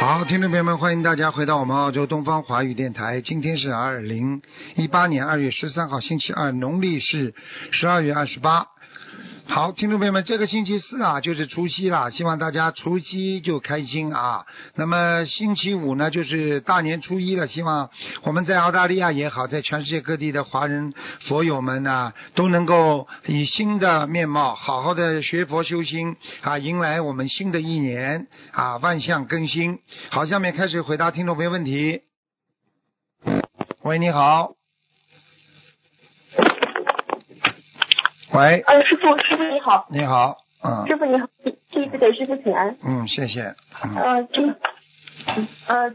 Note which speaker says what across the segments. Speaker 1: 好，听众朋友们，欢迎大家回到我们澳洲东方华语电台。今天是二零一八年二月十三号，星期二，农历是十二月二十八。好，听众朋友们，这个星期四啊，就是除夕啦，希望大家除夕就开心啊。那么星期五呢，就是大年初一了，希望我们在澳大利亚也好，在全世界各地的华人佛友们呢、啊都能够以新的面貌，好好的学佛修心啊，迎来我们新的一年啊，万象更新。好，下面开始回答听众朋友问题。喂，你好。喂，
Speaker 2: 呃，师傅，师傅你好，
Speaker 1: 你好，嗯。
Speaker 2: 师傅你好，弟弟子给师傅请安。
Speaker 1: 嗯，谢谢。嗯，
Speaker 2: 呃，今，呃，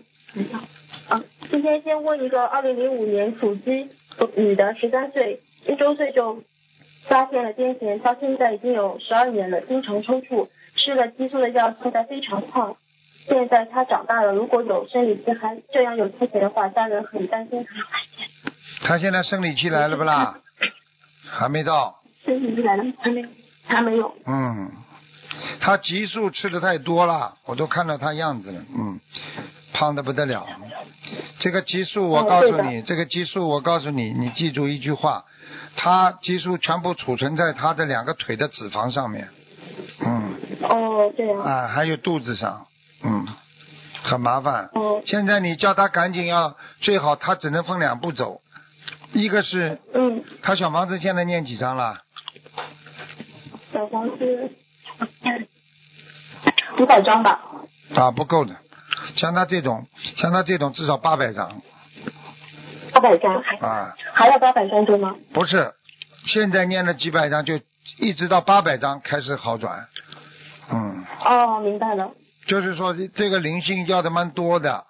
Speaker 2: 啊，今天先问一个二零零五年属鸡女的，十三岁，一周岁就发现了癫痫，到现在已经有十二年了，经常抽搐，吃了激素的药，现在非常胖。现在她长大了，如果有生理期还这样有癫痫的话，家人很担心她。
Speaker 1: 他现在生理期来了不啦？还没到。
Speaker 2: 生理期来了，还没有，还没有。
Speaker 1: 嗯，他激素吃的太多了，我都看到他样子了。嗯，胖的不得了。这个激素，我
Speaker 2: 哦
Speaker 1: 告诉
Speaker 2: 对的
Speaker 1: 你，这个激素，我告诉你，你记住一句话，他激素全部储存在他的两个腿的脂肪上面。嗯。
Speaker 2: 哦，这样。
Speaker 1: 啊，还有肚子上，嗯，很麻烦。
Speaker 2: 哦
Speaker 1: 现在你叫他赶紧要，最好他只能分两步走，一个是
Speaker 2: 嗯，
Speaker 1: 他小房子现在念几张了？
Speaker 2: 小黄是五百张吧。
Speaker 1: 啊，不够的，像他这种，像他这种至少八百张
Speaker 2: 八百张，
Speaker 1: 啊，
Speaker 2: 还要八百张对吗？
Speaker 1: 不是，现在念了几百张，就一直到八百张开始好转，嗯，
Speaker 2: 哦，明白了。
Speaker 1: 就是说这个灵性要的蛮多的，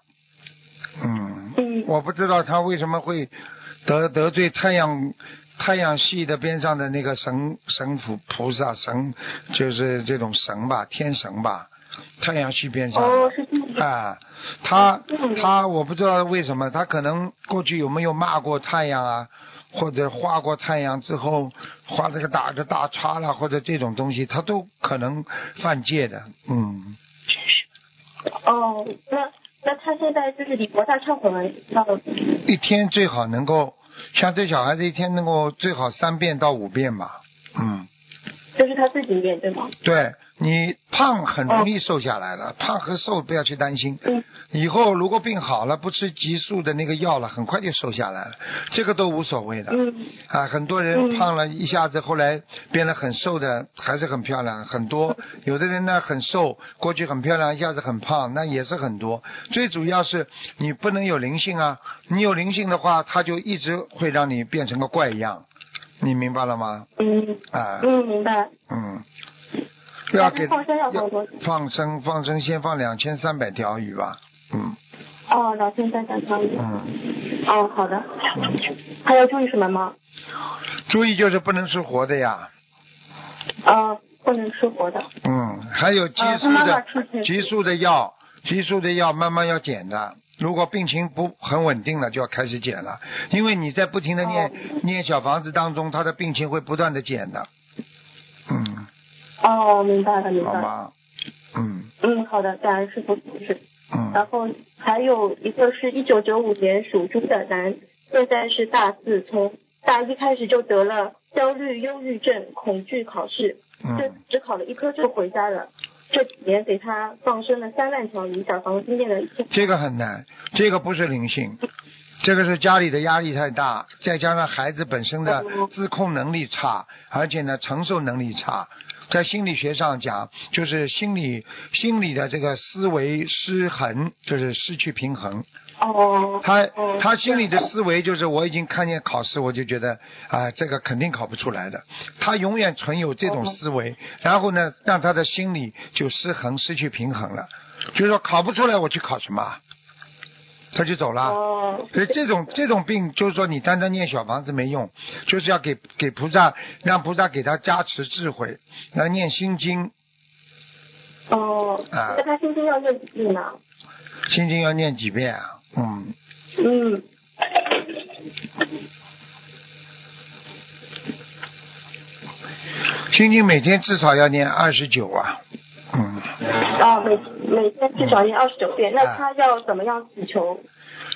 Speaker 1: 嗯，
Speaker 2: 嗯，
Speaker 1: 我不知道他为什么会得得罪太阳太阳系的边上的那个神神菩菩萨神，就是这种神吧，天神吧，太阳系边上
Speaker 2: 哦，是这样的。
Speaker 1: 啊，他
Speaker 2: 嗯
Speaker 1: 他我不知道为什么，他可能过去有没有骂过太阳啊，或者画过太阳之后画这个打个大叉啦，或者这种东西，他都可能犯戒的，嗯。
Speaker 2: 哦，那那他现在就是李博大忏悔文要
Speaker 1: 一天最好能够像这小孩子一天能够最好三遍到五遍吧。嗯，
Speaker 2: 就是他自己念对吗？
Speaker 1: 对你胖很容易瘦下来了，胖和瘦不要去担心。
Speaker 2: 嗯，
Speaker 1: 以后如果病好了，不吃激素的那个药了，很快就瘦下来了，这个都无所谓的。
Speaker 2: 嗯，
Speaker 1: 啊，很多人胖了一下子，后来变得很瘦的，还是很漂亮，很多。有的人呢很瘦，过去很漂亮，一下子很胖，那也是很多。最主要是你不能有灵性啊，你有灵性的话，它就一直会让你变成个怪样，你明白了吗？
Speaker 2: 嗯
Speaker 1: 啊，
Speaker 2: 嗯，明白。
Speaker 1: 嗯，
Speaker 2: 那
Speaker 1: 要
Speaker 2: 他
Speaker 1: 给
Speaker 2: 放生要放多少？
Speaker 1: 放生放生，先放两千三百条鱼吧。嗯
Speaker 2: 哦，两千三百张。
Speaker 1: 嗯，
Speaker 2: 哦，好的。还要注意什么吗？
Speaker 1: 注意就是不能吃活的呀。
Speaker 2: 呃，不能吃活的。
Speaker 1: 嗯，还有激
Speaker 2: 呃，他
Speaker 1: 素
Speaker 2: 妈妈
Speaker 1: 的
Speaker 2: 出去。
Speaker 1: 激素的药，激素的药慢慢要减的。如果病情不很稳定了，就要开始减了，因为你在不停的念、
Speaker 2: 哦
Speaker 1: 念小房子当中，他的病情会不断的减的。嗯，
Speaker 2: 哦，明白了，明
Speaker 1: 好
Speaker 2: 白了。
Speaker 1: 吧，嗯
Speaker 2: 嗯，好的，感恩师傅指示。
Speaker 1: 嗯，
Speaker 2: 然后还有一个是一九九五年属猪的男，现在是大四，从大一开始就得了焦虑、忧郁症，恐惧考试，这
Speaker 1: 嗯，
Speaker 2: 只考了一科就回家了。这几年给他放生了三万条鱼，小房子念了一千。
Speaker 1: 这个很难，这个不是灵性，这个是家里的压力太大，再加上孩子本身的
Speaker 2: 哦
Speaker 1: 自控能力差，而且呢承受能力差，在心理学上讲，就是心理心理的这个思维失衡，就是失去平衡。
Speaker 2: 哦，
Speaker 1: 他
Speaker 2: 哦
Speaker 1: 他心里的思维就是我已经看见考试，我就觉得啊、这个肯定考不出来的。他永远存有这种思
Speaker 2: 哦
Speaker 1: 维，然后呢，让他的心理就失衡，失去平衡了。就是说考不出来，我去考什么啊？他就走了。
Speaker 2: 哦，
Speaker 1: 所以这种这种病，就是说你单单念小房子没用，就是要给给菩萨，让菩萨给他加持智慧，来念心经，
Speaker 2: 哦，
Speaker 1: 啊
Speaker 2: 那他今天要念几遍呢？
Speaker 1: 心经要念几遍啊？嗯，
Speaker 2: 嗯，
Speaker 1: 心经每天至少要念二十九啊。嗯，
Speaker 2: 啊，每每天至少念二十九遍。那
Speaker 1: 哎
Speaker 2: 他要怎么样祈求？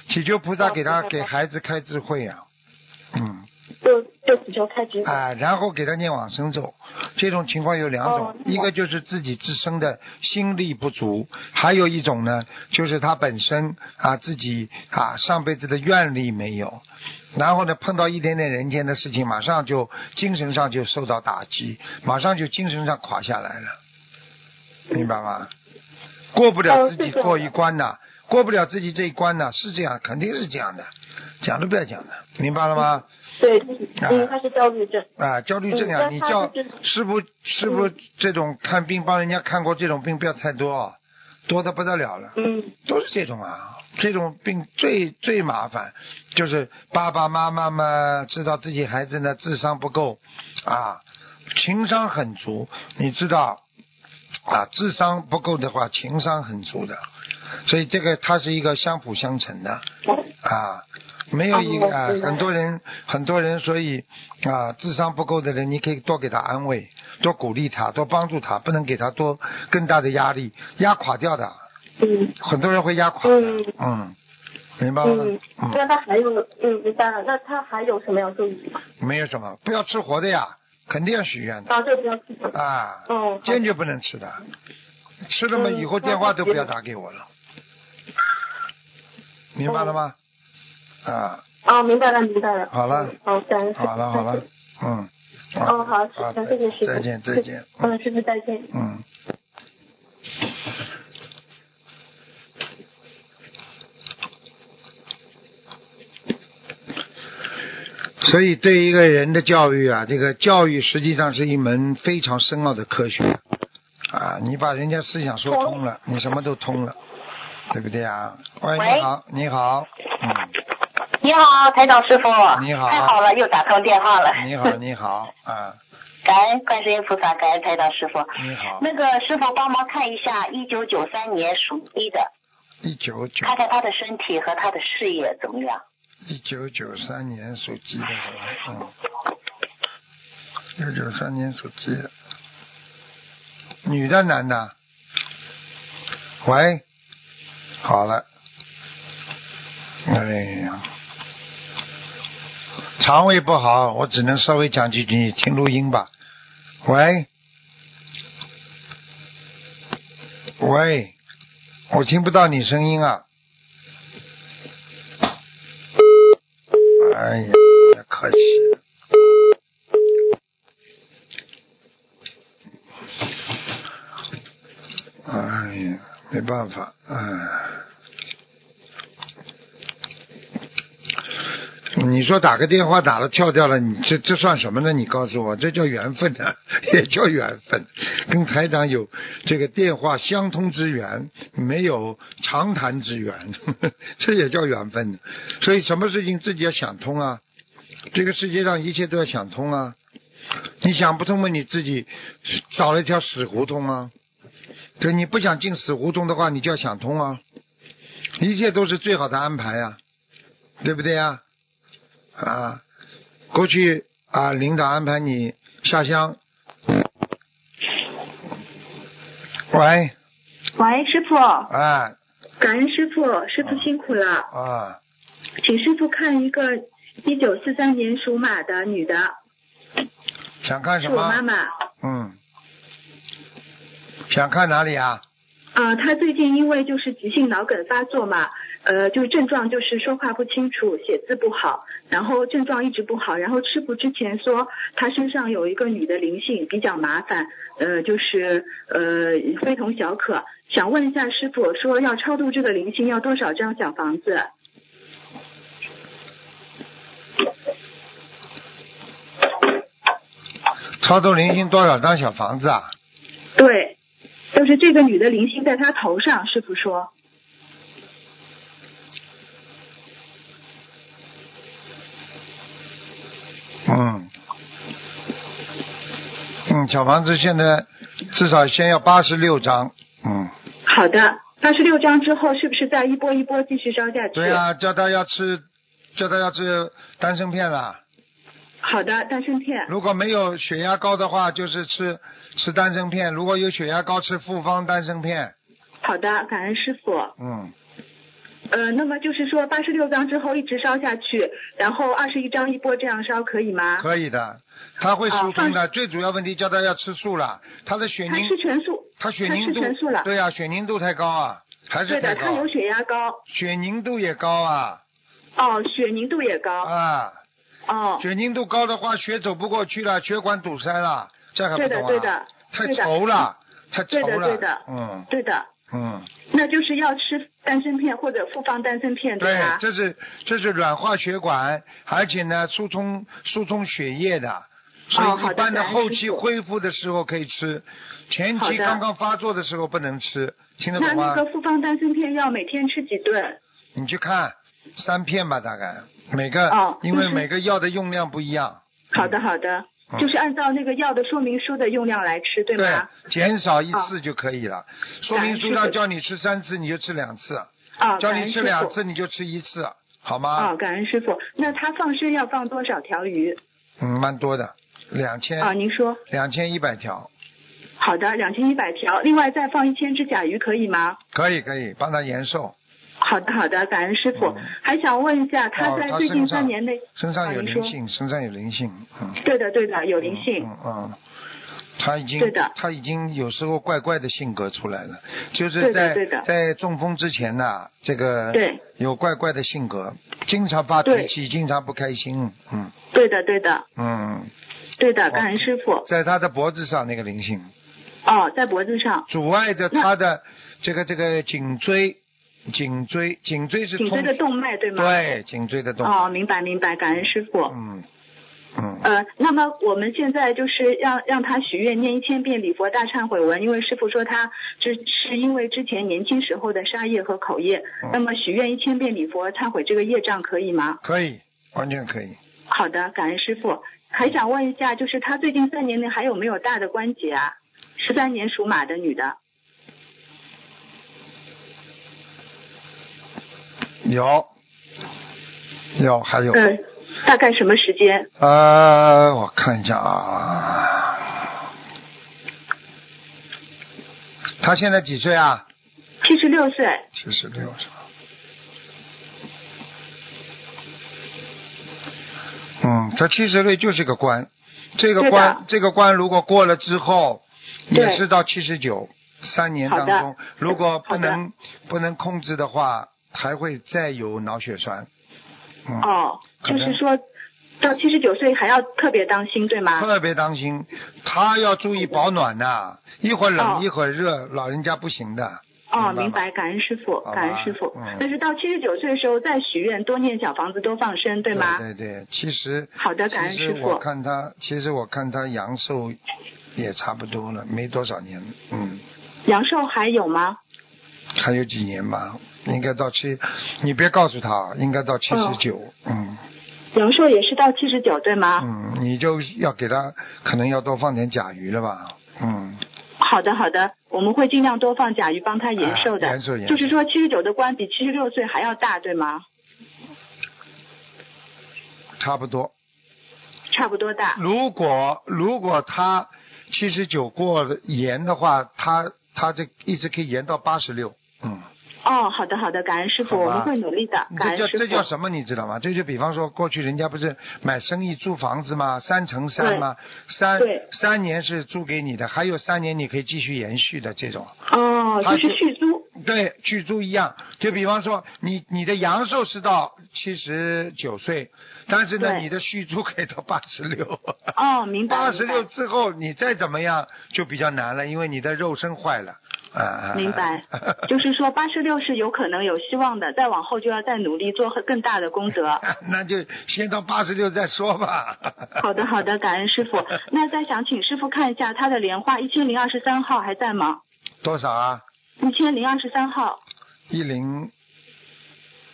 Speaker 1: 祈求菩萨给他
Speaker 2: 哦
Speaker 1: 给孩子开智慧呀、嗯，
Speaker 2: 就就祈求开智慧。
Speaker 1: 啊，然后给他念往生咒。这种情况有两种，
Speaker 2: 哦
Speaker 1: 一个就是自己自身的心力不足，还有一种呢，就是他本身啊自己啊上辈子的愿力没有，然后呢碰到一点点人间的事情，马上就精神上就受到打击，马上就精神上垮下来了，明白吗？过不了
Speaker 2: 哦
Speaker 1: 自
Speaker 2: 是
Speaker 1: 己
Speaker 2: 这样
Speaker 1: 过
Speaker 2: 的
Speaker 1: 一关呐、过不了自己这一关呐、是这样，肯定是这样的，讲都不要讲了，明白了吗？
Speaker 2: 对，
Speaker 1: 啊
Speaker 2: 因为他是焦虑症。
Speaker 1: 啊，焦虑症
Speaker 2: 嗯
Speaker 1: 啊，
Speaker 2: 但
Speaker 1: 你
Speaker 2: 他
Speaker 1: 叫
Speaker 2: 就是嗯
Speaker 1: 师傅师傅这种看病帮人家看过这种病不要太多啊，多的不得了了，
Speaker 2: 嗯，
Speaker 1: 都是这种啊，这种病最最麻烦，就是爸爸妈妈嘛知道自己孩子呢智商不够啊，情商很足，你知道啊，智商不够的话，情商很足的，所以这个它是一个相辅相成的。
Speaker 2: 嗯
Speaker 1: 啊，没有一个、啊
Speaker 2: 哦明白
Speaker 1: 很多人，很多人，所以啊，智商不够的人，你可以多给他安慰，多鼓励他，多帮助他，不能给他多更大的压力，压垮掉的。
Speaker 2: 嗯
Speaker 1: 很多人会压垮的，
Speaker 2: 嗯
Speaker 1: 嗯，明白吗
Speaker 2: 嗯？，
Speaker 1: 嗯，
Speaker 2: 那他还有嗯，明白了。那他还有什么要注意的？
Speaker 1: 没有什么，不要吃活的呀，肯定要许愿的
Speaker 2: 啊，这不要记得。
Speaker 1: 啊，
Speaker 2: 嗯，好
Speaker 1: 坚决不能吃的，吃了嘛
Speaker 2: 嗯
Speaker 1: 以后电话都不要打给我了，明白了吗？啊，
Speaker 2: 啊，明白了，明白了。嗯
Speaker 1: 好了
Speaker 2: 好，感恩师父
Speaker 1: 好了好 了，，嗯，
Speaker 2: 哦，好，
Speaker 1: 好
Speaker 2: 感谢谢师傅。
Speaker 1: 再见再见，嗯
Speaker 2: 嗯，师傅再见。
Speaker 1: 嗯。所以，对一个人的教育啊，这个教育实际上是一门非常深奥的科学啊！你把人家思想说通了，你什么都通了，对不对啊？喂，你
Speaker 3: 喂
Speaker 1: 好，你好，嗯，
Speaker 3: 你好，台长师傅。
Speaker 1: 你好
Speaker 3: 太好了，又打通电话了。
Speaker 1: 你好，你好，啊，
Speaker 3: 感恩观世音菩萨，感恩台长师傅。
Speaker 1: 你好，
Speaker 3: 那个师傅帮忙看一下，一九九三年属鸡的，
Speaker 1: 一九九
Speaker 3: 看看他的身体和他的事业怎么样？
Speaker 1: 一九九三年属鸡的是吧？嗯，一九九三年属鸡的，女的男的？喂，好了，哎呀，肠胃不好，我只能稍微讲几句，你听录音吧。喂，喂，我听不到你声音啊。哎呀，可惜。哎呀，没办法，哎。你说打个电话打了跳掉了，你这这算什么呢？你告诉我，这叫缘分啊， 也叫缘分。跟台长有这个电话相通之缘，没有长谈之缘， 这也叫缘分呢。啊所以什么事情自己要想通啊，这个世界上一切都要想通啊。你想不通嘛，你自己找了一条死胡同啊。对，你不想进死胡同的话，你就要想通啊。一切都是最好的安排呀、对不对呀、啊？过去啊，领导安排你下乡。喂，
Speaker 4: 喂，师傅，
Speaker 1: 哎，
Speaker 4: 感恩师傅，师傅辛苦了，
Speaker 1: 啊，
Speaker 4: 请师傅看一个一九四三年属马的女的，
Speaker 1: 想看
Speaker 4: 是
Speaker 1: 什
Speaker 4: 我妈
Speaker 1: 么？
Speaker 4: 妈。
Speaker 1: 嗯，想看哪里啊？
Speaker 4: 啊、她最近因为就是急性脑梗发作嘛，呃，就症状就是说话不清楚，写字不好，然后症状一直不好，然后师傅之前说她身上有一个女的灵性，比较麻烦，呃，就是呃非同小可，想问一下师傅，说要超度这个灵性要多少张小房子？
Speaker 1: 超度灵性多少张小房子啊？
Speaker 4: 对，就是这个女的灵性在她头上，师傅说。
Speaker 1: 嗯，嗯，小房子现在至少先要八十六张。嗯，
Speaker 4: 好的，八十六章之后是不是再一波一波继续烧下去？
Speaker 1: 对啊，叫他要吃，叫他要吃丹参片啦。
Speaker 4: 好的，丹参片。
Speaker 1: 如果没有血压高的话，就是吃吃丹参片；如果有血压高，吃复方丹参片。
Speaker 4: 好的，感恩师傅。
Speaker 1: 嗯，
Speaker 4: 呃，那么就是说八十六章之后一直烧下去，然后二十一章一波这样烧可以吗？
Speaker 1: 可以的，他会疏通的。最主要问题叫他要吃素了，他的血
Speaker 4: 啊他
Speaker 1: 凝
Speaker 4: 吃全素，
Speaker 1: 他血
Speaker 4: 他
Speaker 1: 凝
Speaker 4: 吃
Speaker 1: 度
Speaker 4: 全素了
Speaker 1: 对呀、血凝度太高啊，还是
Speaker 4: 对
Speaker 1: 太
Speaker 4: 的，
Speaker 1: 高。
Speaker 4: 他有血压高，
Speaker 1: 血凝度也高啊
Speaker 4: 哦，血凝度也高，
Speaker 1: 啊，
Speaker 4: 哦，
Speaker 1: 血凝度高的话，血走不过去了，血管堵塞了，这还不
Speaker 4: 对的
Speaker 1: 懂啊？
Speaker 4: 对的
Speaker 1: 太
Speaker 4: 对的
Speaker 1: 稠了，太
Speaker 4: 对
Speaker 1: 稠
Speaker 4: 的
Speaker 1: 了。
Speaker 4: 对的
Speaker 1: 嗯
Speaker 4: 对的，
Speaker 1: 嗯，
Speaker 4: 那就是要吃丹参片或者复方丹参片
Speaker 1: 对
Speaker 4: 吧，？
Speaker 1: 这是这是软化血管，而且呢疏通疏通血液的。所
Speaker 4: 哦
Speaker 1: 以
Speaker 4: 好
Speaker 1: 一
Speaker 4: 的
Speaker 1: 般的
Speaker 4: 感恩
Speaker 1: 后
Speaker 4: 师
Speaker 1: 期
Speaker 4: 傅
Speaker 1: 恢复的时候可以吃，前
Speaker 4: 好
Speaker 1: 期
Speaker 4: 的
Speaker 1: 刚刚发作的时候不能吃，听得
Speaker 4: 那
Speaker 1: 懂啊吗？
Speaker 4: 那个复方丹参片要每天吃几顿？
Speaker 1: 你去看三片吧，大概每个，
Speaker 4: 哦
Speaker 1: 因为
Speaker 4: 就是
Speaker 1: 每个药的用量不一样，
Speaker 4: 好的好的，
Speaker 1: 嗯
Speaker 4: 就是按照那个药的说明书的用量来吃，对吗？
Speaker 1: 减少一次就可以了。说明书
Speaker 4: 感恩师
Speaker 1: 上
Speaker 4: 傅
Speaker 1: 叫你吃三次，你就吃两次；
Speaker 4: 啊，
Speaker 1: 叫
Speaker 4: 感恩
Speaker 1: 你
Speaker 4: 师
Speaker 1: 吃
Speaker 4: 傅。
Speaker 1: 两次，你就吃一次，好吗？
Speaker 4: 啊，感恩师傅。那他放生要放多少条鱼？
Speaker 1: 嗯，蛮多的，两
Speaker 4: 啊，
Speaker 1: 千
Speaker 4: 您说。
Speaker 1: 两千一百条，
Speaker 4: 好的，两千一百条，另外再放一千只甲鱼可以吗？
Speaker 1: 可以可以，帮他延寿，
Speaker 4: 好的，好的，感恩师傅。
Speaker 1: 嗯
Speaker 4: 还想问一下，他
Speaker 1: 哦
Speaker 4: 在
Speaker 1: 他
Speaker 4: 最近
Speaker 1: 身上
Speaker 4: 三年内，
Speaker 1: 身上有
Speaker 4: 啊您
Speaker 1: 灵
Speaker 4: 说
Speaker 1: 性，身上有灵性，嗯，
Speaker 4: 对的，对的，有灵性。
Speaker 1: 嗯嗯。嗯他已经
Speaker 4: 对的，
Speaker 1: 他已经有时候怪怪的性格出来了，就是
Speaker 4: 对的
Speaker 1: 在
Speaker 4: 对的
Speaker 1: 在中风之前呐、这个
Speaker 4: 对，
Speaker 1: 有怪怪的性格，经常发脾
Speaker 4: 对
Speaker 1: 气，经常不开心，嗯
Speaker 4: 对的，对的，
Speaker 1: 嗯，
Speaker 4: 对
Speaker 1: 哦
Speaker 4: 的，感恩师傅。
Speaker 1: 在他的脖子上那个灵性
Speaker 4: 哦，在脖子上，
Speaker 1: 阻碍着他的这个这个颈椎，颈椎颈椎是
Speaker 4: 颈
Speaker 1: 通
Speaker 4: 椎的动脉对吗？。
Speaker 1: 对颈椎的动
Speaker 4: 哦，
Speaker 1: 脉，
Speaker 4: 明白明白，感恩师傅。
Speaker 1: 嗯嗯，
Speaker 4: 呃，那么我们现在就是让让他许愿念一千遍礼佛大忏悔文，因为师傅说他这是因为之前年轻时候的杀业和口业，
Speaker 1: 嗯
Speaker 4: 那么许愿一千遍礼佛忏悔这个业障可以吗？
Speaker 1: 可以，完全可以。
Speaker 4: 好的，感恩师傅。还想问一下，就是他最近三年内还有没有大的关节啊？十三年属马的女的，
Speaker 1: 有有还有，
Speaker 4: 嗯，大概什么时间？
Speaker 1: 呃，我看一下啊，他现在几岁啊？
Speaker 4: 七十六岁，
Speaker 1: 七十六是吧？嗯，他七十岁就是个关，这个
Speaker 4: 对的
Speaker 1: 关这个关如果过了之后，
Speaker 4: 对
Speaker 1: 也是到七十九三年当
Speaker 4: 好
Speaker 1: 中
Speaker 4: 的，
Speaker 1: 如果不
Speaker 4: 好的
Speaker 1: 能不能控制的话，还会再有脑血栓。嗯，
Speaker 4: 哦，
Speaker 1: 可
Speaker 4: 就
Speaker 1: 能
Speaker 4: 是说到七十九岁还要特别当心，对吗？
Speaker 1: 特别当心，他要注意保暖呐、一会儿冷、
Speaker 4: 啊哦
Speaker 1: 一会儿热，老人家不行的。
Speaker 4: 哦，
Speaker 1: 明
Speaker 4: 明
Speaker 1: 白
Speaker 4: 白，感恩师傅，
Speaker 1: 好吧
Speaker 4: 感恩师傅
Speaker 1: 嗯。
Speaker 4: 但是到七十九岁的时候再许愿，多念小房子，多放生，对吗？
Speaker 1: 对对对，其实
Speaker 4: 好的感恩
Speaker 1: 其实
Speaker 4: 师傅
Speaker 1: 我看他，其实我看他阳寿也差不多了，没多少年，嗯，
Speaker 4: 阳寿还有吗？
Speaker 1: 还有几年吧，应该到七，你别告诉他，应该到七十九，
Speaker 4: 哦
Speaker 1: 嗯
Speaker 4: 阳寿也是到七十九，对吗？
Speaker 1: 嗯，你就要给他，可能要多放点甲鱼了吧，嗯，
Speaker 4: 好的，好的，我们会尽量多放甲鱼帮他延寿的。
Speaker 1: 啊延寿延寿
Speaker 4: 就是说七十九的官比七十六岁还要大，对吗？
Speaker 1: 差不多。
Speaker 4: 差不多大。
Speaker 1: 如果如果他七十九过了延的话，他他这一直可以延到八十六，嗯。
Speaker 4: 哦，好的，好的，感恩师傅，
Speaker 1: 好吧嗯
Speaker 4: 我们会努力的，感
Speaker 1: 这
Speaker 4: 恩
Speaker 1: 叫
Speaker 4: 师
Speaker 1: 这
Speaker 4: 傅
Speaker 1: 叫。什么？你知道吗？这就比方说，过去人家不是买生意租房子吗？三乘三吗？三
Speaker 4: 对
Speaker 1: 三年是租给你的，还有三年你可以继续延续的这种。
Speaker 4: 哦，
Speaker 1: 他
Speaker 4: 就是是续租。
Speaker 1: 对，去租一样。就比方说，你你的阳寿是到七十九岁，但是呢，
Speaker 4: 对
Speaker 1: 你的续租可以到八十六。
Speaker 4: 哦，明白。
Speaker 1: 八十六
Speaker 4: 明白
Speaker 1: 之后，你再怎么样就比较难了，因为你的肉身坏了。啊，，
Speaker 4: 明白 就是说八十六是有可能有希望的，再往后就要再努力做更大的功德。
Speaker 1: 那就先到八十六再说吧。
Speaker 4: 好的，好的，感恩师 傅。那再想请师傅看一下他的莲花一千零二十三号还在吗？
Speaker 1: 多少啊？
Speaker 4: 一千零二十三号，
Speaker 1: 一零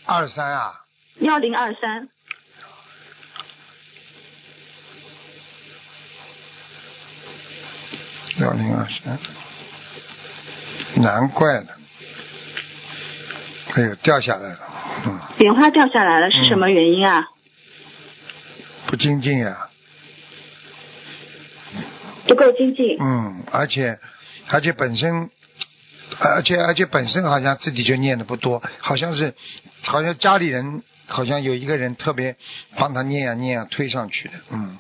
Speaker 1: 二三啊？
Speaker 4: 幺零二三。
Speaker 1: 幺零二三，难怪了。哎呦，掉下来了，嗯，
Speaker 4: 莲花掉下来了，是什么原因啊？
Speaker 1: 不精进呀、
Speaker 4: 不够精进。
Speaker 1: 嗯，而且而且本身，而且而且本身好像自己就念的不多，好像是好像家里人好像有一个人特别帮他念啊念啊推上去的，嗯，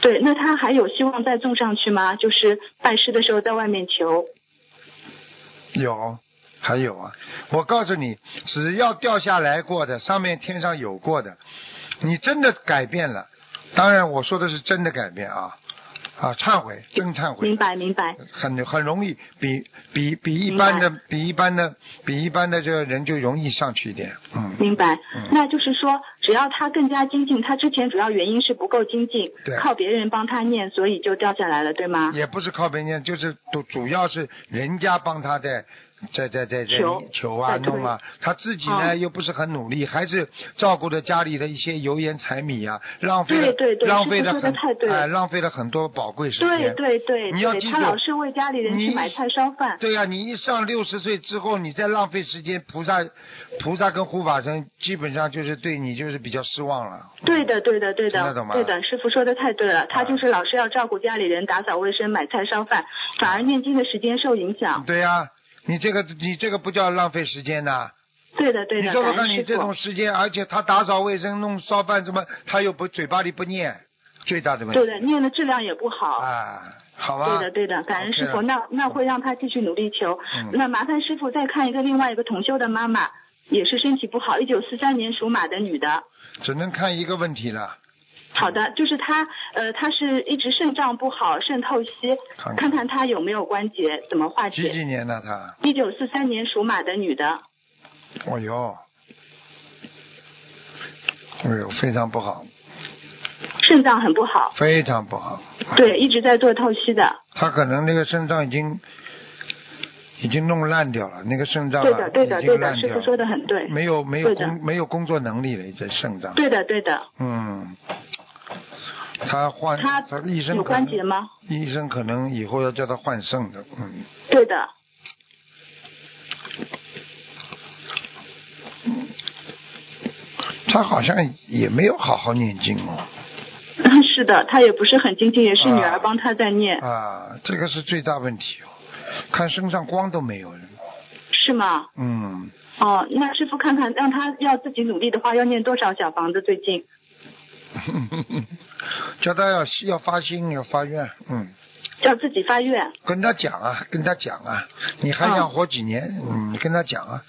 Speaker 4: 对，那他还有希望再种上去吗？就是拜师的时候在外面求。
Speaker 1: 有。还有啊，我告诉你，只要掉下来过的，上面天上有过的，你真的改变了。当然，我说的是真的改变啊，啊，忏悔，真忏悔。
Speaker 4: 明白，明白。
Speaker 1: 很很容易，比比比一般的比一般的比一般的这个人就容易上去一点，嗯。
Speaker 4: 明白
Speaker 1: 嗯，
Speaker 4: 那就是说，只要他更加精进，他之前主要原因是不够精进
Speaker 1: 对，
Speaker 4: 靠别人帮他念，所以就掉下来了，对吗？
Speaker 1: 也不是靠别人，就是主主要是人家帮他在在在在在
Speaker 4: 求
Speaker 1: 求啊
Speaker 4: 在推
Speaker 1: 弄啊，他自己呢、
Speaker 4: 嗯
Speaker 1: 又不是很努力，还是照顾着家里的一些油盐柴米啊，浪费了
Speaker 4: 对对对
Speaker 1: 浪费了
Speaker 4: 师傅说
Speaker 1: 很
Speaker 4: 得太对了
Speaker 1: 哎浪费了很多宝贵时间。
Speaker 4: 对对对
Speaker 1: 你要
Speaker 4: 对
Speaker 1: 记，
Speaker 4: 他
Speaker 1: 住
Speaker 4: 老是为家里人
Speaker 1: 你
Speaker 4: 去买菜烧饭。
Speaker 1: 对呀、你一上六十岁之后，你再浪费时间，菩萨菩萨跟护法神基本上就是对你就是比较失望了。
Speaker 4: 对的，对的，对
Speaker 1: 听得
Speaker 4: 的
Speaker 1: 懂吗，啊
Speaker 4: 对的，师傅说的太对了，他就是老是要照顾家里人，打扫卫生、买菜烧饭，反而念经的时间受影响。
Speaker 1: 对呀、你这个你这个不叫浪费时间呐、
Speaker 4: 对的，对
Speaker 1: 你
Speaker 4: 的，
Speaker 1: 说
Speaker 4: 感
Speaker 1: 说看，
Speaker 4: 恩
Speaker 1: 你
Speaker 4: 师
Speaker 1: 这
Speaker 4: 傅
Speaker 1: 种。时间，而且他打扫卫生、弄烧饭什么，他又不嘴巴里不念，最大的问题。
Speaker 4: 对的，念的质量也不好。
Speaker 1: 啊，好吧。
Speaker 4: 对的，对的，感恩
Speaker 1: OK
Speaker 4: 师
Speaker 1: 了
Speaker 4: 傅，那那会让他继续努力求
Speaker 1: 嗯。
Speaker 4: 那麻烦师傅再看一个另外一个同修的妈妈，也是身体不好，一九四三年属马的女的。
Speaker 1: 只能看一个问题了。
Speaker 4: 好
Speaker 1: 嗯
Speaker 4: 的，就是她，呃，她是一直肾脏不好，肾透析
Speaker 1: 看看，
Speaker 4: 看看她有没有关节，怎么化
Speaker 1: 几
Speaker 4: 解。
Speaker 1: 几年了他？
Speaker 4: 一九四三年属马的女的，
Speaker 1: 哦哟，哎呦，非常不好，
Speaker 4: 肾脏很不好，
Speaker 1: 非常不好。
Speaker 4: 对，一直在做透析的。
Speaker 1: 他可能那个肾脏已经已经弄烂掉了，那个肾脏、啊、
Speaker 4: 对的，对的，
Speaker 1: 已
Speaker 4: 对
Speaker 1: 经
Speaker 4: 的，
Speaker 1: 烂
Speaker 4: 师
Speaker 1: 掉
Speaker 4: 傅
Speaker 1: 了，
Speaker 4: 说的很对。
Speaker 1: 没有没有
Speaker 4: 对的
Speaker 1: 工没有工作能力了，这肾脏。
Speaker 4: 对的，对的。
Speaker 1: 嗯，他换
Speaker 4: 她
Speaker 1: 医生
Speaker 4: 有
Speaker 1: 可能
Speaker 4: 关节吗？
Speaker 1: 医生可能以后要叫他换肾的，嗯，
Speaker 4: 对的，
Speaker 1: 他好像也没有好好念经哦，
Speaker 4: 是的，她也不是很精进，也是女
Speaker 1: 啊
Speaker 4: 儿帮她在念，
Speaker 1: 啊，这个是最大问题哦，看身上光都没有了，
Speaker 4: 是吗？
Speaker 1: 嗯，
Speaker 4: 哦，那师傅看看，让她要自己努力的话，要念多少小房子？最近
Speaker 1: 叫他要要发心要发愿，嗯，
Speaker 4: 要自己发愿。
Speaker 1: 跟他讲啊，跟他讲啊，你还想活几年？嗯，你跟他讲啊，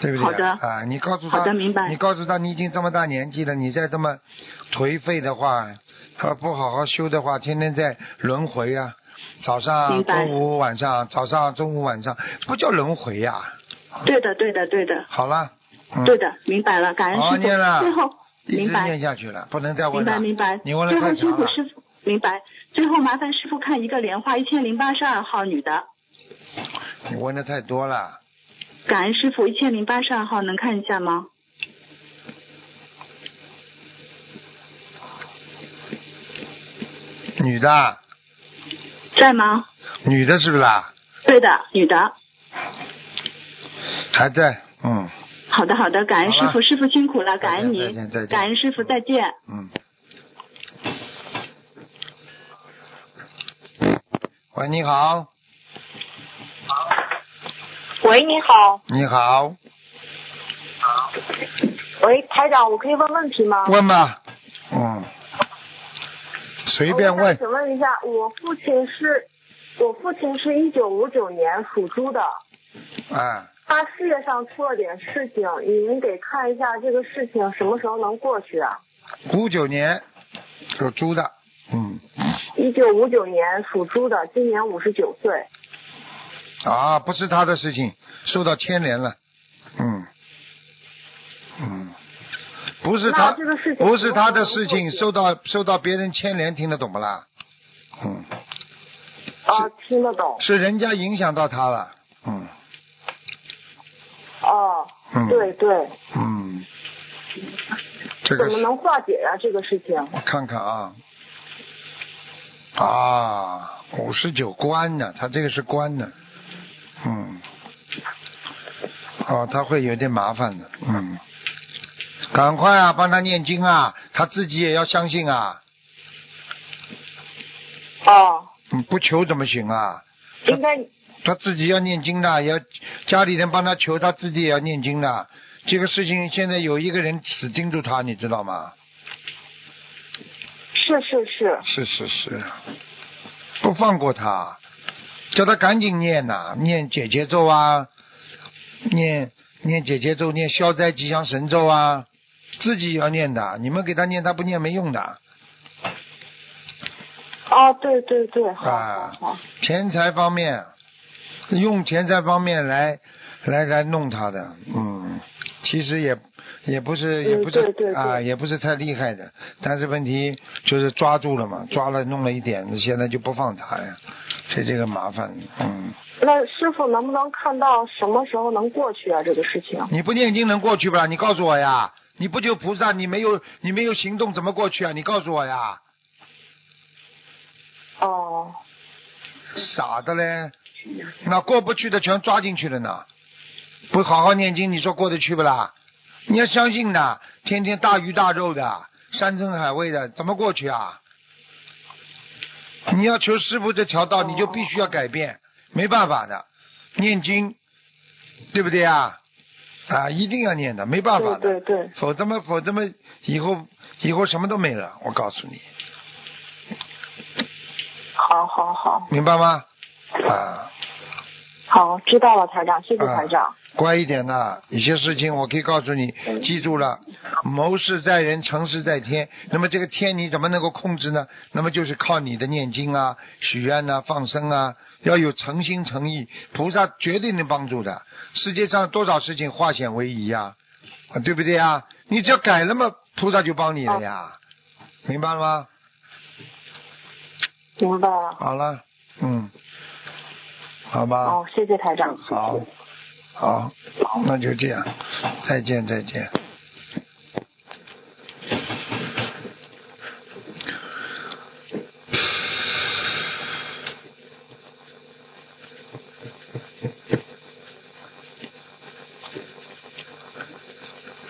Speaker 1: 对不对啊？
Speaker 4: 哦好的
Speaker 1: 啊，你告诉他，
Speaker 4: 好的明白
Speaker 1: 你告诉他，你已经这么大年纪了，你再这么颓废的话，还不好好修的话，天天在轮回啊。早上、
Speaker 4: 明白
Speaker 1: 中午、晚上，早上、中午、晚上，不叫轮回呀、
Speaker 4: 对的，对的，对的，
Speaker 1: 好了，嗯、
Speaker 4: 对的，明白了，感
Speaker 1: 好
Speaker 4: 恩师
Speaker 1: 念了
Speaker 4: 傅。最后，
Speaker 1: 一
Speaker 4: 明
Speaker 1: 直
Speaker 4: 白。
Speaker 1: 念下去了，不能再问
Speaker 4: 明
Speaker 1: 了。
Speaker 4: 白明白。
Speaker 1: 你问
Speaker 4: 最
Speaker 1: 了
Speaker 4: 后
Speaker 1: 太
Speaker 4: 辛
Speaker 1: 长
Speaker 4: 苦
Speaker 1: 了。
Speaker 4: 师傅，明白。最后麻烦师傅看一个莲花一千零八十二号女的，
Speaker 1: 你问的太多了，
Speaker 4: 感恩师傅一千零八十二号能看一下吗？
Speaker 1: 女的，
Speaker 4: 在吗？
Speaker 1: 女的是不是啦？
Speaker 4: 对的，女的。
Speaker 1: 还在，嗯
Speaker 4: 好的好的，感恩师
Speaker 1: 好了
Speaker 4: 傅，师傅辛苦了，感恩
Speaker 1: 再见再见再见
Speaker 4: 您，感恩师傅，再见。
Speaker 1: 嗯。喂，你好，
Speaker 3: 喂，你好，
Speaker 1: 你好，
Speaker 3: 喂，台长，我可以问问题吗？
Speaker 1: 问吧，嗯，随便
Speaker 3: 哦我想
Speaker 1: 问，
Speaker 3: 请问一下，我父亲是，我父亲是一九五九年属猪的，
Speaker 1: 啊，
Speaker 3: 他事业上出了点事情，您给看一下这个事情什么时候能过去啊？
Speaker 1: 五九年属猪的，嗯，
Speaker 3: 一九五九年属猪的，今年五十九岁。
Speaker 1: 啊，不是他的事情，受到牵连了，嗯，嗯，不是
Speaker 3: 那
Speaker 1: 他
Speaker 3: 这个事情，
Speaker 1: 不是他的
Speaker 3: 怎么
Speaker 1: 事
Speaker 3: 能过
Speaker 1: 情，
Speaker 3: 去
Speaker 1: 受到受到别人牵连，听得懂不啦？嗯，
Speaker 3: 啊，听得懂。
Speaker 1: 是人家影响到他了，嗯
Speaker 3: 哦，
Speaker 1: 嗯，
Speaker 3: 对对，
Speaker 1: 嗯，这
Speaker 3: 怎
Speaker 1: 个
Speaker 3: 么
Speaker 1: 是
Speaker 3: 能化解呀、这个事情？
Speaker 1: 我看看啊，啊，五十九关呢，他这个是关呢，嗯，哦，他会有点麻烦的，嗯，赶快啊，帮他念经啊，他自己也要相信啊，
Speaker 3: 哦，
Speaker 1: 你不求怎么行啊？
Speaker 3: 应该
Speaker 1: 他自己要念经的，也要家里人帮他求，他自己也要念经的。这个事情现在有一个人死盯住他，你知道吗？
Speaker 3: 是是是，
Speaker 1: 是是是，不放过他，叫他赶紧念呐、念解结咒啊，念念解结咒，念消灾吉祥神咒啊，自己也要念的。你们给他念，他不念没用的。
Speaker 3: 哦，对对对，好好
Speaker 1: 啊
Speaker 3: 好，
Speaker 1: 钱财方面，用钱财方面来来来弄他的，嗯，其实也也不是也不是、
Speaker 3: 嗯对对
Speaker 1: 啊，
Speaker 3: 对
Speaker 1: 也不是太厉害的，但是问题就是抓住了嘛，抓了弄了一点，现在就不放他呀，所以这个麻烦，嗯，
Speaker 3: 那师傅能不能看到什么时候能过去啊？这个事情
Speaker 1: 你不念经能过去不啦？你告诉我呀，你不求菩萨，你没有你没有行动怎么过去啊？你告诉我呀，
Speaker 3: 哦，
Speaker 1: 傻的嘞，那过不去的全抓进去了呢，不好好念经，你说过得去不啦？你要相信的，天天大鱼大肉的，山珍海味的，怎么过去啊？你要求师傅这条道，你就必须要改变，没办法的，念经，对不对啊？啊，一定要念的，没办法
Speaker 3: 对
Speaker 1: 的，
Speaker 3: 对对，
Speaker 1: 否则嘛，否则嘛，以后以后什么都没了，我告诉你，
Speaker 3: 好好好
Speaker 1: 明白吗？啊。
Speaker 3: 好，知道了，台长，谢谢
Speaker 1: 啊
Speaker 3: 台长。
Speaker 1: 乖一点呐、啊有些事情我可以告诉你，记住了，谋事在人，成事在天。那么这个天你怎么能够控制呢？那么就是靠你的念经啊、许愿呐、放生啊，要有诚心诚意，菩萨绝对能帮助的。世界上多少事情化险为夷呀、啊，对不对啊？你只要改了嘛，菩萨就帮你了呀，明白了吗？
Speaker 3: 明白了。
Speaker 1: 好了，嗯，好吧。
Speaker 3: 哦，谢谢台长。
Speaker 1: 好，好，那就这样，再见，再见。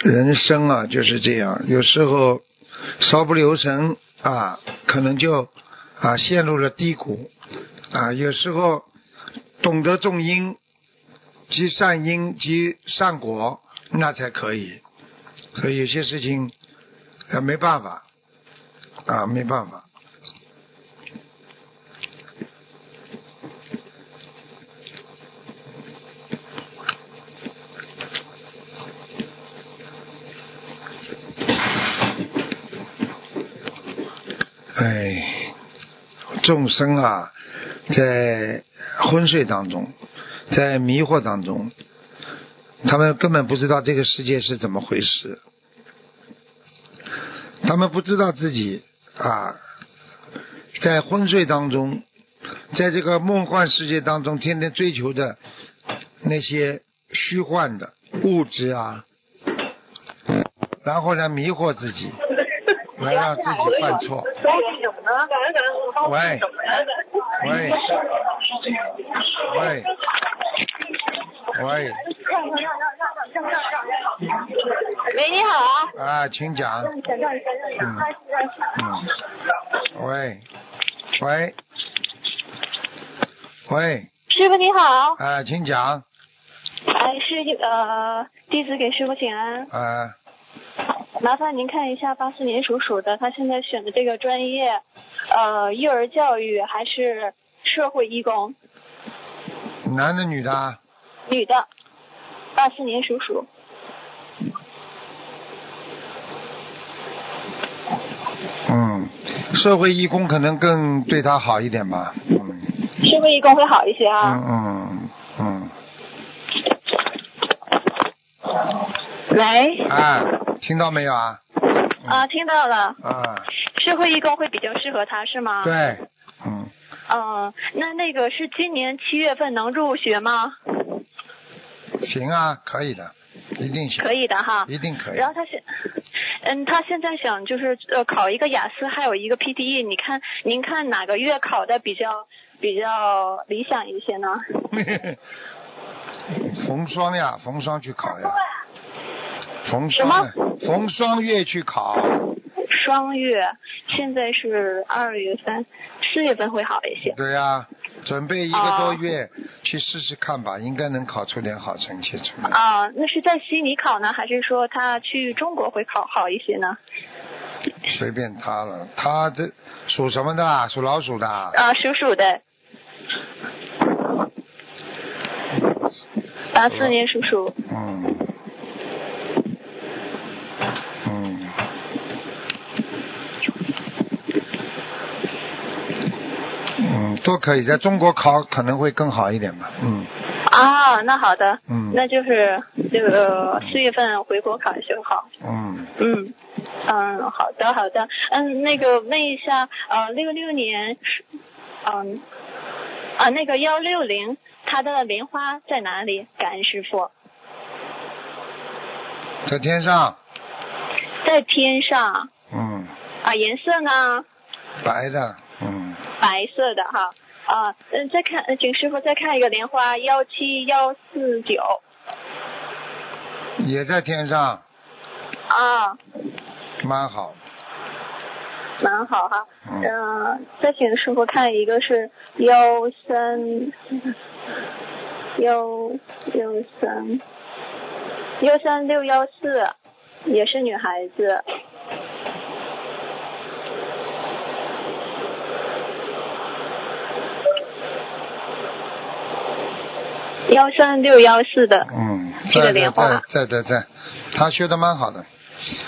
Speaker 1: 人生啊就是这样，有时候稍不留神啊，可能就啊陷入了低谷啊。有时候懂得种因，积善因积善果，那才可以。所以有些事情啊没办法啊没办法。哎，众生啊，在昏睡当中，在迷惑当中，他们根本不知道这个世界是怎么回事，他们不知道自己啊，在昏睡当中，在这个梦幻世界当中，天天追求的那些虚幻的物质啊，然后呢迷惑自己，来让自己犯错。喂，喂，喂，喂，
Speaker 5: 喂，你好啊，
Speaker 1: 啊，请讲。嗯嗯，喂，喂，喂，
Speaker 5: 师傅你好，
Speaker 1: 啊，请讲。
Speaker 5: 哎，是呃，弟子给师傅请安，
Speaker 1: 啊，
Speaker 5: 麻烦您看一下八四年属鼠的，他现在选的这个专业，呃，幼儿教育还是社会义工，
Speaker 1: 男的女的啊？
Speaker 5: 女的，八四年属鼠，
Speaker 1: 嗯，社会义工可能更对他好一点吧。嗯
Speaker 5: 社会义工会好一些啊。
Speaker 1: 嗯嗯
Speaker 5: 喂
Speaker 1: 嗯，，啊，听到没有啊？
Speaker 5: 啊，听到了，
Speaker 1: 啊，
Speaker 5: 社会义工会比较适合他是吗？。
Speaker 1: 对，嗯，
Speaker 5: 嗯、那那个是今年七月份能入学吗？
Speaker 1: 行啊，可以的，一定行，
Speaker 5: 可以啊的哈。
Speaker 1: 一定可以
Speaker 5: 然。后他现，嗯，他现在想就是呃考一个雅思，还有一个 PTE，你看您看哪个月考的比较比较理想一些呢？
Speaker 1: 冯双呀，冯双去考呀。冯
Speaker 5: 啊什
Speaker 1: 双
Speaker 5: 么
Speaker 1: 呀，冯双月去考，
Speaker 5: 双月现在是二月份，四月份会好一些。
Speaker 1: 对呀、准备一个多
Speaker 5: 哦
Speaker 1: 月、去试试看吧，应该能考出点好成绩出来。
Speaker 5: 啊，那是在悉尼考呢，还是说他去中国会考好一些呢？
Speaker 1: 随便他了，他这属什么的啊？属老鼠的啊。
Speaker 5: 啊，属鼠的。八啊四年属鼠，
Speaker 1: 嗯，嗯，嗯，都可以，在中国考可能会更好一点吧。嗯
Speaker 5: 啊，那好的，
Speaker 1: 嗯
Speaker 5: 那就是这个四月份回国考就好。
Speaker 1: 嗯，
Speaker 5: 嗯嗯，好的好的，嗯，那个问一下，呃，六六年是，嗯，啊，那个幺六零，它的莲花在哪里？感恩师傅，
Speaker 1: 在天上，
Speaker 5: 在天上
Speaker 1: 嗯，
Speaker 5: 啊，颜色呢？
Speaker 1: 白的，嗯，
Speaker 5: 白色的哈。啊，嗯，再看，呃请师傅再看一个莲花幺七幺四九
Speaker 1: 也在天上，
Speaker 5: 啊，
Speaker 1: 蛮好。
Speaker 5: 蛮好哈。
Speaker 1: 嗯
Speaker 5: 呃，再请师傅看一个是幺三幺幺三幺三六幺四，也是女孩子。幺三六幺四的，
Speaker 1: 嗯，
Speaker 5: 这个
Speaker 1: 在
Speaker 5: 莲花
Speaker 1: 在在在在，他学的蛮好的。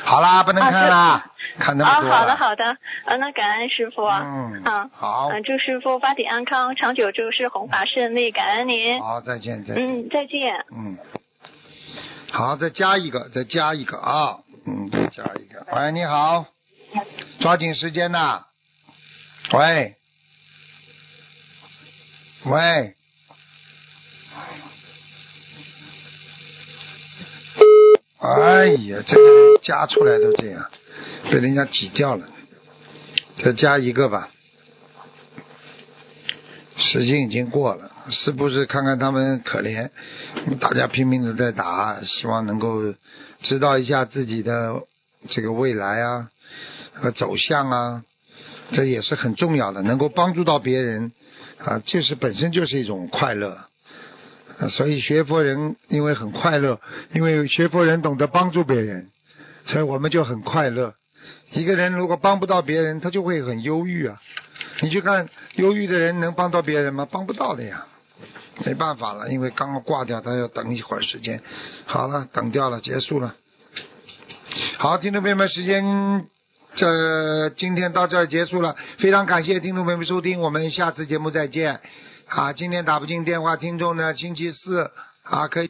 Speaker 1: 好啦，不能
Speaker 5: 啊
Speaker 1: 看
Speaker 5: 这
Speaker 1: 啦，看那么
Speaker 5: 啊，
Speaker 1: 多
Speaker 5: 好的
Speaker 1: 了
Speaker 5: 好的，啊，那感恩师傅啊，
Speaker 1: 嗯
Speaker 5: 啊，
Speaker 1: 好
Speaker 5: 啊，祝师傅法体安康，长久住世，弘法顺利，感恩您，
Speaker 1: 好，再见再见。
Speaker 5: 嗯，再见。
Speaker 1: 嗯，好，再加一个，再加一个啊，嗯，再加一个。喂，你好，抓紧时间呐。喂，喂，哎呀，这个人加出来都这样，被人家挤掉了。再加一个吧，时间已经过了，是不是看看他们可怜？ 大家拼命的在打，希望能够知道一下自己的这个未来啊和走向啊，这也是很重要的，能够帮助到别人啊，就是本身就是一种快乐。啊所以学佛人因为很快乐，因为学佛人懂得帮助别人，所以我们就很快乐。一个人如果帮不到别人，他就会很忧郁啊。你去看忧郁的人能帮到别人吗？帮不到的呀。没办法了，因为刚刚挂掉，他要等一会儿时间。好了，等掉了，结束了。好，听众朋友们，时间这今天到这儿结束了，非常感谢听众朋友们收听，我们下次节目再见。啊，今天打不进电话，听众呢，星期四啊可以。